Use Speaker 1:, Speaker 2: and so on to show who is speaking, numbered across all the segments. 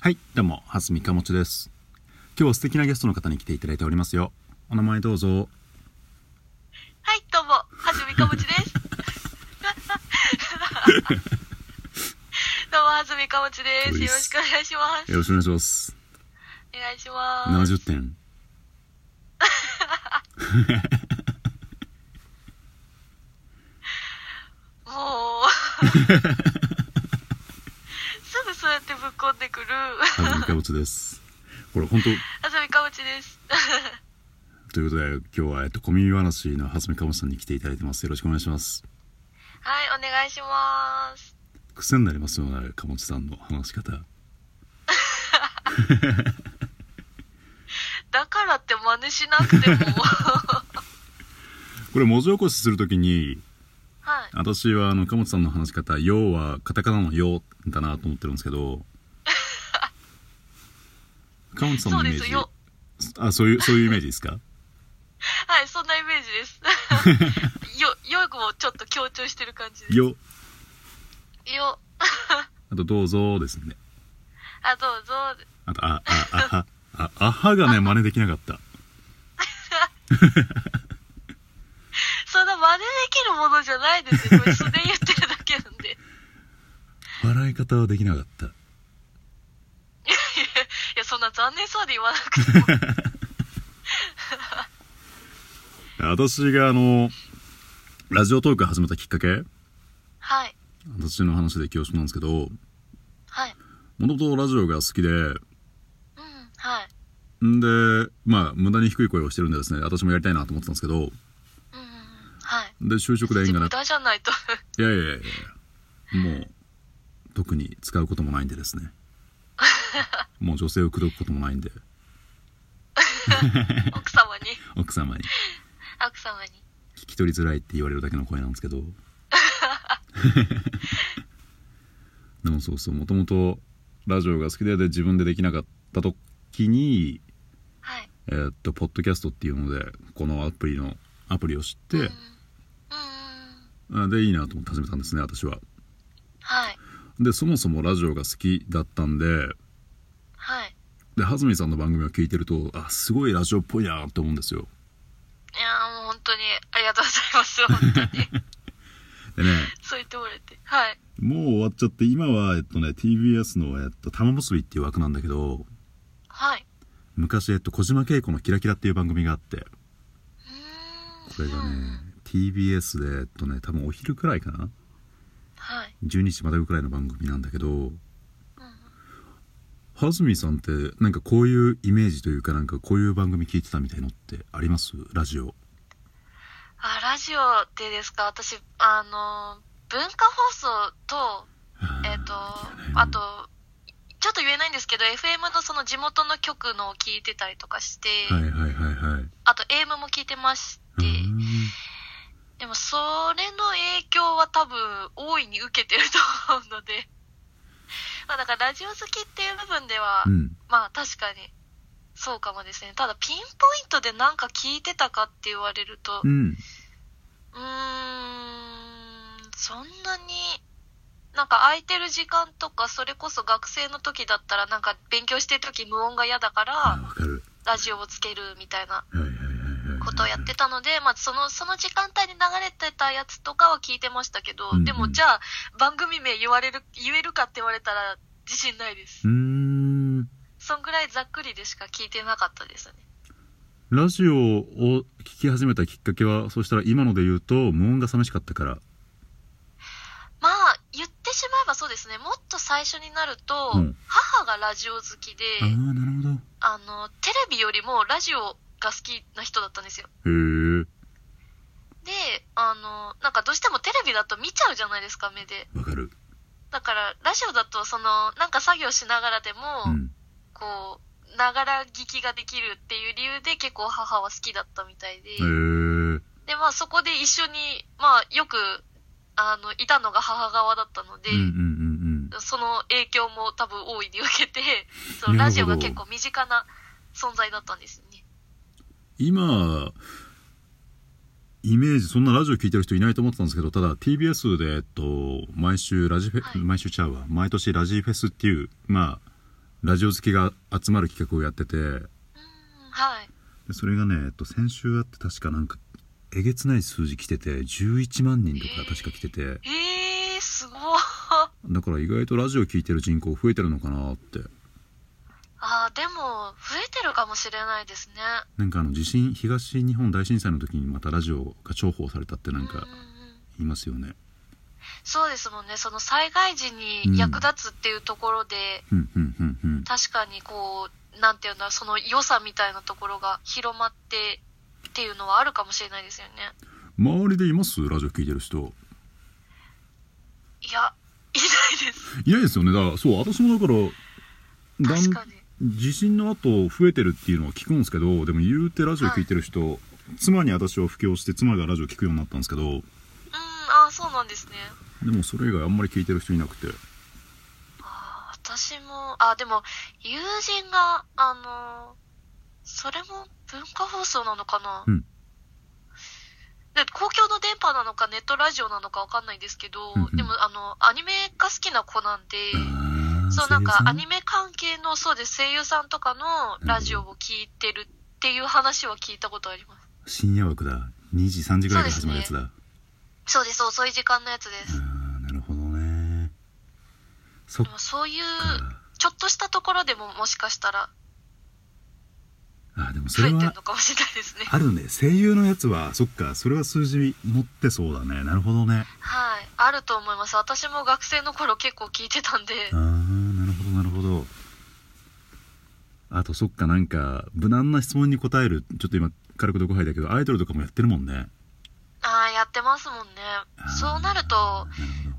Speaker 1: はい、どうも、はすみかもちです。今日は素敵なゲストの方に来ていただいておりますよ。お名前どうぞ。
Speaker 2: はい、どうも、はずみかもち です。どうも、はずみかもちです。よろしくお願いします。
Speaker 1: よろしくお願いします。
Speaker 2: お願いします。
Speaker 1: 70点。
Speaker 2: もう、 すぐそうやってぶっこんでくる、
Speaker 1: はずみかもちです。これ本
Speaker 2: はずみかもちです。
Speaker 1: 当ということで、今日はえっと、コミュ話のはすみかもちさんに来ていただいてます。よろしくお願いします。
Speaker 2: はい、お願いします。
Speaker 1: 癖になりますよね、かもちさんの話し方。
Speaker 2: だからって真似しなくて も、
Speaker 1: これ文字起こしするときに、
Speaker 2: はい。
Speaker 1: 私はあの、かもちさんの話し方、ようはカタカナのようだなと思ってるんですけど、 かもちさん
Speaker 2: そ
Speaker 1: の
Speaker 2: う
Speaker 1: イメー
Speaker 2: で
Speaker 1: ジ。
Speaker 2: すよ。
Speaker 1: あ、そういう、そういうイメージですか
Speaker 2: はい、そんなイメージで す。よ、よくもちょっと強調してる感じで
Speaker 1: よ。
Speaker 2: す。よ、
Speaker 1: あと、どうぞですね。
Speaker 2: あ、どうぞ。
Speaker 1: あと、あ、あ、あは。あ、あはがね、真似できなかった。
Speaker 2: そんな真似できるものじゃないですよ。これ素で言ってるだけなんで。い
Speaker 1: 笑い方はできなかった。
Speaker 2: や、そんな残念そうで言わなくても。
Speaker 1: 私があの、ラジオトーク始めたきっかけ
Speaker 2: はい。
Speaker 1: 私の話で恐縮なんですけど、
Speaker 2: はい。
Speaker 1: もともとラジオが好きで、
Speaker 2: うん。はい。
Speaker 1: んで、まあ、無駄に低い声をしてるんでですね、私もやりたいなと思ってたんですけど、
Speaker 2: うんうんうん。はい。
Speaker 1: で、就職で縁がな
Speaker 2: 無
Speaker 1: く、
Speaker 2: 駄じゃな いと。
Speaker 1: いやいやいやいやもう、特に使うこともないんでですね。もう女性を口説くこともないんで、
Speaker 2: 奥様に。
Speaker 1: 奥様に。
Speaker 2: 奥様に。
Speaker 1: 聞き取りづらいって言われるだけの声なんですけ どでもそうそうもともとラジオが好きでで自分でできなかった時に、
Speaker 2: はい。
Speaker 1: えーっとポッドキャストっていうのでこのアプリのアプリを知って、
Speaker 2: うん。うん。
Speaker 1: あでいいなと思って始めたんですね私は
Speaker 2: はい。
Speaker 1: でそもそもラジオが好きだったんで
Speaker 2: はい。
Speaker 1: で蓮見さんの番組を聞いてるとあすごいラジオっぽいなって思うんですよ
Speaker 2: いやーもう本当にありがとうございます。本 当
Speaker 1: で
Speaker 2: に。
Speaker 1: ね
Speaker 2: そう言ってもらえて。はい。
Speaker 1: もう終わっちゃって今はえっとね TBS の、えっと、玉結びっていう枠なんだけど
Speaker 2: はい。
Speaker 1: 昔、えっと、小島慶子の「キラキラ」っていう番組があって
Speaker 2: うーん。
Speaker 1: これがね TBS で、えっとね、多分お昼くらいかな
Speaker 2: はい。
Speaker 1: 12時までぐらいの番組なんだけどはずみさんってなんかこういうイメージというかなんかこういう番組聞いてたみたいのってありますラジオ
Speaker 2: あ、ラジオでですか私、あのー、文化放送と、えっ、と、あと、ちょっと言えないんですけど、FM のその地元の局のを聞いてたりとかして、
Speaker 1: はいはいはいはい
Speaker 2: あと AM も聞いてまし
Speaker 1: う
Speaker 2: て、
Speaker 1: ん
Speaker 2: でもそれの影響は多分大いに受けてると思うので、 まあだからラジオ好きっていう部分では、
Speaker 1: うん
Speaker 2: まあ確かにそうかもですね。ただピンポイントでなんか聞いてたかって言われると、
Speaker 1: うん
Speaker 2: うーんそんなになんか空いてる時間とかそれこそ学生の時だったらなんか勉強してる時無音が嫌だか
Speaker 1: あ
Speaker 2: ら
Speaker 1: わかる
Speaker 2: ラジオをつけるみたいな
Speaker 1: はいはいはいはい
Speaker 2: ことをやってたので、まあ、そのその時間帯に流れてたやつとかは聞いてましたけど、
Speaker 1: うんうん
Speaker 2: でもじゃあ番組名言われる言えるかって言われたら自信ないです
Speaker 1: うーん
Speaker 2: そんぐらいざっくりでしか聞いてなかったですね
Speaker 1: ラジオを聞き始めたきっかけはそしたら今ので言うと無音が寂しかったから
Speaker 2: まあ言ってしまえばそうですねもっと最初になると、
Speaker 1: うん
Speaker 2: 母がラジオ好きで
Speaker 1: ああなるほど
Speaker 2: あの、テレビよりもラジオが好きな人だったんです
Speaker 1: へ
Speaker 2: よ。
Speaker 1: え
Speaker 2: で、あの、なんかどうしてもテレビだと見ちゃうじゃないですか、目で。
Speaker 1: わかる
Speaker 2: だから、ラジオだと、その、なんか作業しながらでも、
Speaker 1: うん
Speaker 2: こう、ながら聞きができるっていう理由で結構母は好きだったみたいで、
Speaker 1: へえ
Speaker 2: で、まあそこで一緒に、まあよく、あの、いたのが母側だったので、
Speaker 1: うんうんうん
Speaker 2: その影響も多分大いに受けて、そ
Speaker 1: なるほど
Speaker 2: のラジオが結構身近な存在だったんですよね。
Speaker 1: 今イメージそんなラジオ聞いてる人いないと思ってたんですけどただ TBS で、えっと、毎週ラジフェ、
Speaker 2: はい
Speaker 1: 毎週ちゃうわ毎年ラジフェスっていうまあラジオ好きが集まる企画をやってて
Speaker 2: うんはい
Speaker 1: でそれがね、えっと、先週あって確かなんかえげつない数字来てて11万人とか確か来てて
Speaker 2: えー、すごい
Speaker 1: だから意外とラジオ聞いてる人口増えてるのかなって
Speaker 2: あーでも増えてるかもしれないですね
Speaker 1: なんかあの地震東日本大震災の時にまたラジオが重宝されたってなんか
Speaker 2: うんうん
Speaker 1: 言いますよね
Speaker 2: そうですもんねその災害時に役立つっていうところで、
Speaker 1: うんうんうんうん
Speaker 2: 確かにこうなんていうんだろうその良さみたいなところが広まってっていうのはあるかもしれないですよね
Speaker 1: 周りでいますラジオ聞いてる人
Speaker 2: いやいないです
Speaker 1: いないですよねだからそう私もだからだん
Speaker 2: 確かに
Speaker 1: 地震の後増えてるっていうのは聞くんですけどでも言うてラジオ聞いてる人、妻に私は布教して妻がラジオ聞くようになったんですけど
Speaker 2: うんああそうなんですね
Speaker 1: でもそれ以外あんまり聞いてる人いなくて
Speaker 2: あー私もあでも友人があのーそれも文化放送なのかな、
Speaker 1: うん
Speaker 2: で公共の電波なのかネットラジオなのかわかんないですけど、
Speaker 1: うんうん
Speaker 2: でもあのアニメが好きな子なんで、
Speaker 1: あー
Speaker 2: そう、なん
Speaker 1: 声優
Speaker 2: か
Speaker 1: さ
Speaker 2: アニメ関係の、そうです、声優さんとかのラジオを聞いてるっていう話は聞いたことあります。
Speaker 1: 深夜枠だ2時3時ぐらいから始まるやつだ、
Speaker 2: そうです、遅い時間のやつです。
Speaker 1: あーなるほどねそっ
Speaker 2: でもそういう、
Speaker 1: か
Speaker 2: ちょっとしたところでももしかしたら
Speaker 1: あでもそ
Speaker 2: 増え
Speaker 1: れ
Speaker 2: てる
Speaker 1: は
Speaker 2: のかもしれないですね。
Speaker 1: あるね声優のやつはそっかそれは数字持ってそうだねなるほどね
Speaker 2: はい。あると思います。私も学生の頃結構聞いてたんで。
Speaker 1: ああなるほどなるほどあとそっかなんか無難な質問に答えるちょっと今軽く毒杯だけどアイドルとかもやってるもんね
Speaker 2: ああ、やってますもんね
Speaker 1: あー。
Speaker 2: そうなる
Speaker 1: な
Speaker 2: と
Speaker 1: る、ほ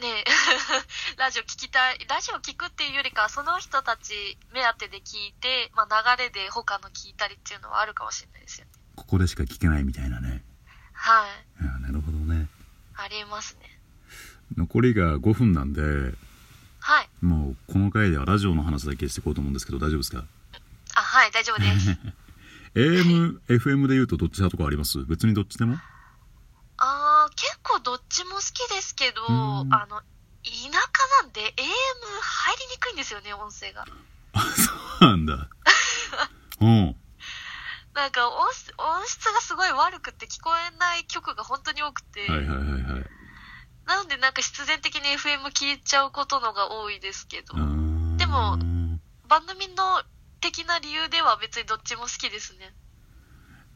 Speaker 1: ど
Speaker 2: ね、 ラジオ聞きたい、ラジオ聞くっていうよりかは、その人たち目当てで聞いて、まあ流れで他の聞いたりっていうのはあるかもしれないですよね。
Speaker 1: ここでしか聞けないみたいなね
Speaker 2: はい。
Speaker 1: あーなるほどね
Speaker 2: ありますね。
Speaker 1: 残りが5分なんで
Speaker 2: はい。
Speaker 1: もうこの回ではラジオの話だけしていこうと思うんですけど大丈夫ですか
Speaker 2: あ、はい、大丈夫 です。
Speaker 1: AMFM で言うとどっち派とかあります別にどっちでも
Speaker 2: あー、結構どっちも好きですけど、
Speaker 1: うん
Speaker 2: あの、田舎なんで AM 入りにくいんですよね、音声が。
Speaker 1: あそうなんだうん
Speaker 2: なんか音質音質がすごい悪くて聞こえない曲が本当に多くて、
Speaker 1: はいはいはいはい
Speaker 2: なのでなんか必然的に FM 聞いちゃうことのが多いですけど
Speaker 1: あ、ー
Speaker 2: でも番組の的な理由では別にどっちも好きですね。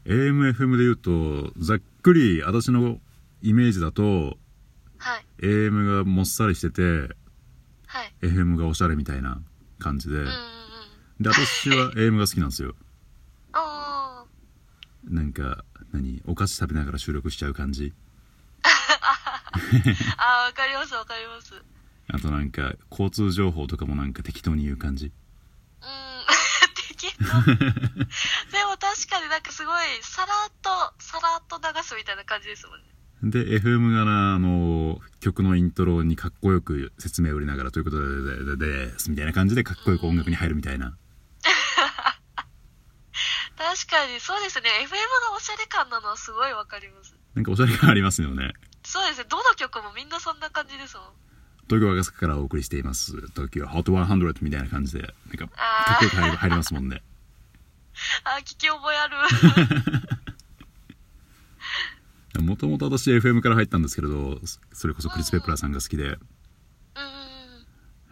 Speaker 1: AMFM で言うとざっくり私のイメージだと
Speaker 2: はい、
Speaker 1: AM がもっさりしてて
Speaker 2: はい。
Speaker 1: FM がおしゃれみたいな感じで
Speaker 2: うんうん
Speaker 1: で私は AM が好きなんですよ
Speaker 2: うん。おー。
Speaker 1: なんか何お菓子食べながら収録しちゃう感じ
Speaker 2: あー、わかります、わかります。
Speaker 1: あとなんか交通情報とかもなんか適当に言う感じ
Speaker 2: うん 適当でも確かになんかすごいさらっとさらっと流すみたいな感じですもんね
Speaker 1: で FM がなあの曲のイントロにかっこよく説明を売りながらということででででですみたいな感じでかっこよく音楽に入るみたいな
Speaker 2: 確かにそうですね FM がおしゃれ感なのはすごいわかります
Speaker 1: なんかおしゃれ感ありますよね
Speaker 2: そうですねどの曲もみんなそんな感じですもん
Speaker 1: 東京赤坂からお送りしています東京 HOT100 みたいな感じでなんかかっ
Speaker 2: あ
Speaker 1: こ
Speaker 2: ー
Speaker 1: よく入り入りますもんね
Speaker 2: あー聞き覚え ある
Speaker 1: もともと私 FM から入ったんですけれどそれこそクリス・ペプラーさんが好きで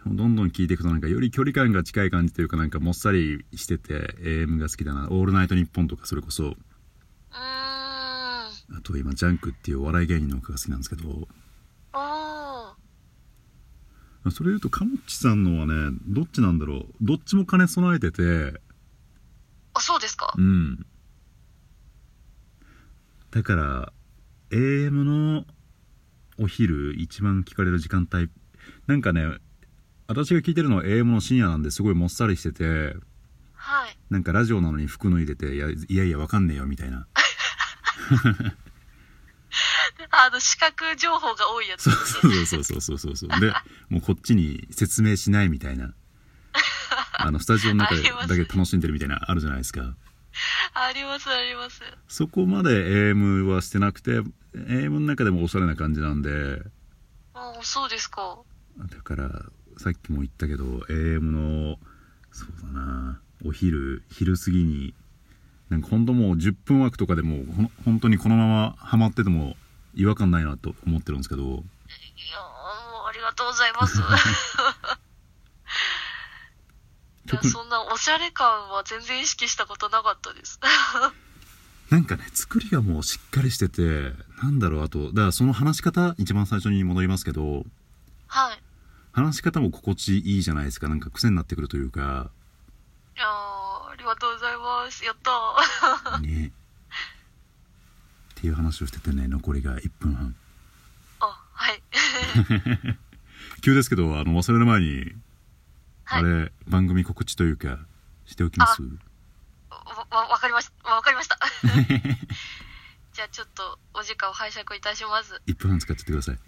Speaker 2: うん
Speaker 1: どんどん聴いていくとなんかより距離感が近い感じというかなんかもっさりしてて AM が好きだな「オールナイトニッポン」とかそれこそ
Speaker 2: うーん
Speaker 1: あと今ジャンクっていうお笑い芸人の方が好きなんですけど
Speaker 2: おー
Speaker 1: それで言うとカモッチさんのはねどっちなんだろうどっちも兼ね備えてて
Speaker 2: あそうですか
Speaker 1: うんだから AM のお昼一番聞かれる時間帯なんかね私が聞いてるのは AM の深夜なんですごいもっさりしてて
Speaker 2: はい
Speaker 1: なんかラジオなのに服脱いでていやいやいやわかんねえよみたいな
Speaker 2: あの視覚情報が多いや
Speaker 1: そ
Speaker 2: つ
Speaker 1: うそうそうそうそうそうそうでもうこっちに説明しないみたいなあのスタジオの中で
Speaker 2: あります
Speaker 1: だけ楽しんでるみたいなあるじゃないですか
Speaker 2: ありますあります
Speaker 1: そこまで AM はしてなくて AM の中でもおしゃれな感じなんで
Speaker 2: おーそうですか
Speaker 1: だからさっきも言ったけど AM のそうだなお昼昼過ぎになんか本当もう10分枠とかでもうほん本当にこのままハマってても違和感ないなと思ってるんですけど
Speaker 2: いやーもうありがとうござい ます。いや
Speaker 1: 特に
Speaker 2: そんなおしゃれ感は全然意識したことなかったです。
Speaker 1: なんかね作りがもうしっかりしててなんだろうあとだからその話し方一番最初に戻りますけど
Speaker 2: はい。
Speaker 1: 話し方も心地いいじゃないですかなんか癖になってくるというか
Speaker 2: いやーありがとうございます。やったー。
Speaker 1: ねっていう話をしててね残りが1分半
Speaker 2: あ、はい。
Speaker 1: 急ですけどあの忘れる前に、
Speaker 2: は
Speaker 1: あ
Speaker 2: い
Speaker 1: れ番組告知というかしておきます
Speaker 2: わ、わわかりました。わわかりました。じゃあちょっとお時間を拝借いたします。
Speaker 1: 1分半使っちゃってください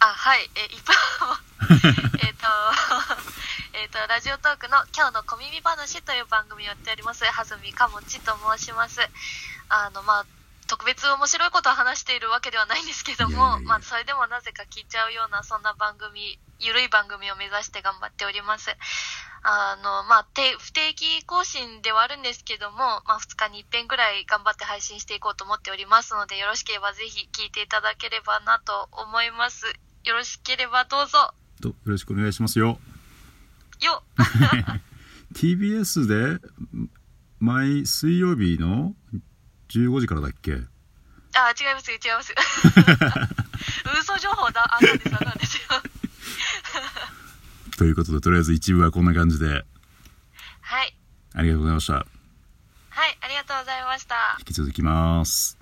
Speaker 2: あ、はい。え、いっぱい。 えっと、えっと、ラジオトークの今日の小耳話という番組をやっております。はずみかもちと申します。あの、まあ、特別面白いことを話しているわけではないんですけども、
Speaker 1: いやいやいや
Speaker 2: まあ、それでもなぜか聞いちゃうような、そんな番組、ゆるい番組を目指して頑張っております。あの、まあ、て不定期更新ではあるんですけども、まあ、2日に1遍ぐらい頑張って配信していこうと思っておりますので、よろしければぜひ聞いていただければなと思います。よろしければどうぞ。
Speaker 1: とよろしくお願いしますよ
Speaker 2: よ
Speaker 1: TBS でん毎水曜日の15時からだっけ
Speaker 2: あ、違います、違います。 嘘情報だ、あなんです、あなんですよ。
Speaker 1: ということでとりあえず一部はこんな感じで
Speaker 2: はい。
Speaker 1: ありがとうございました
Speaker 2: はい、ありがとうございました。
Speaker 1: 引き続きます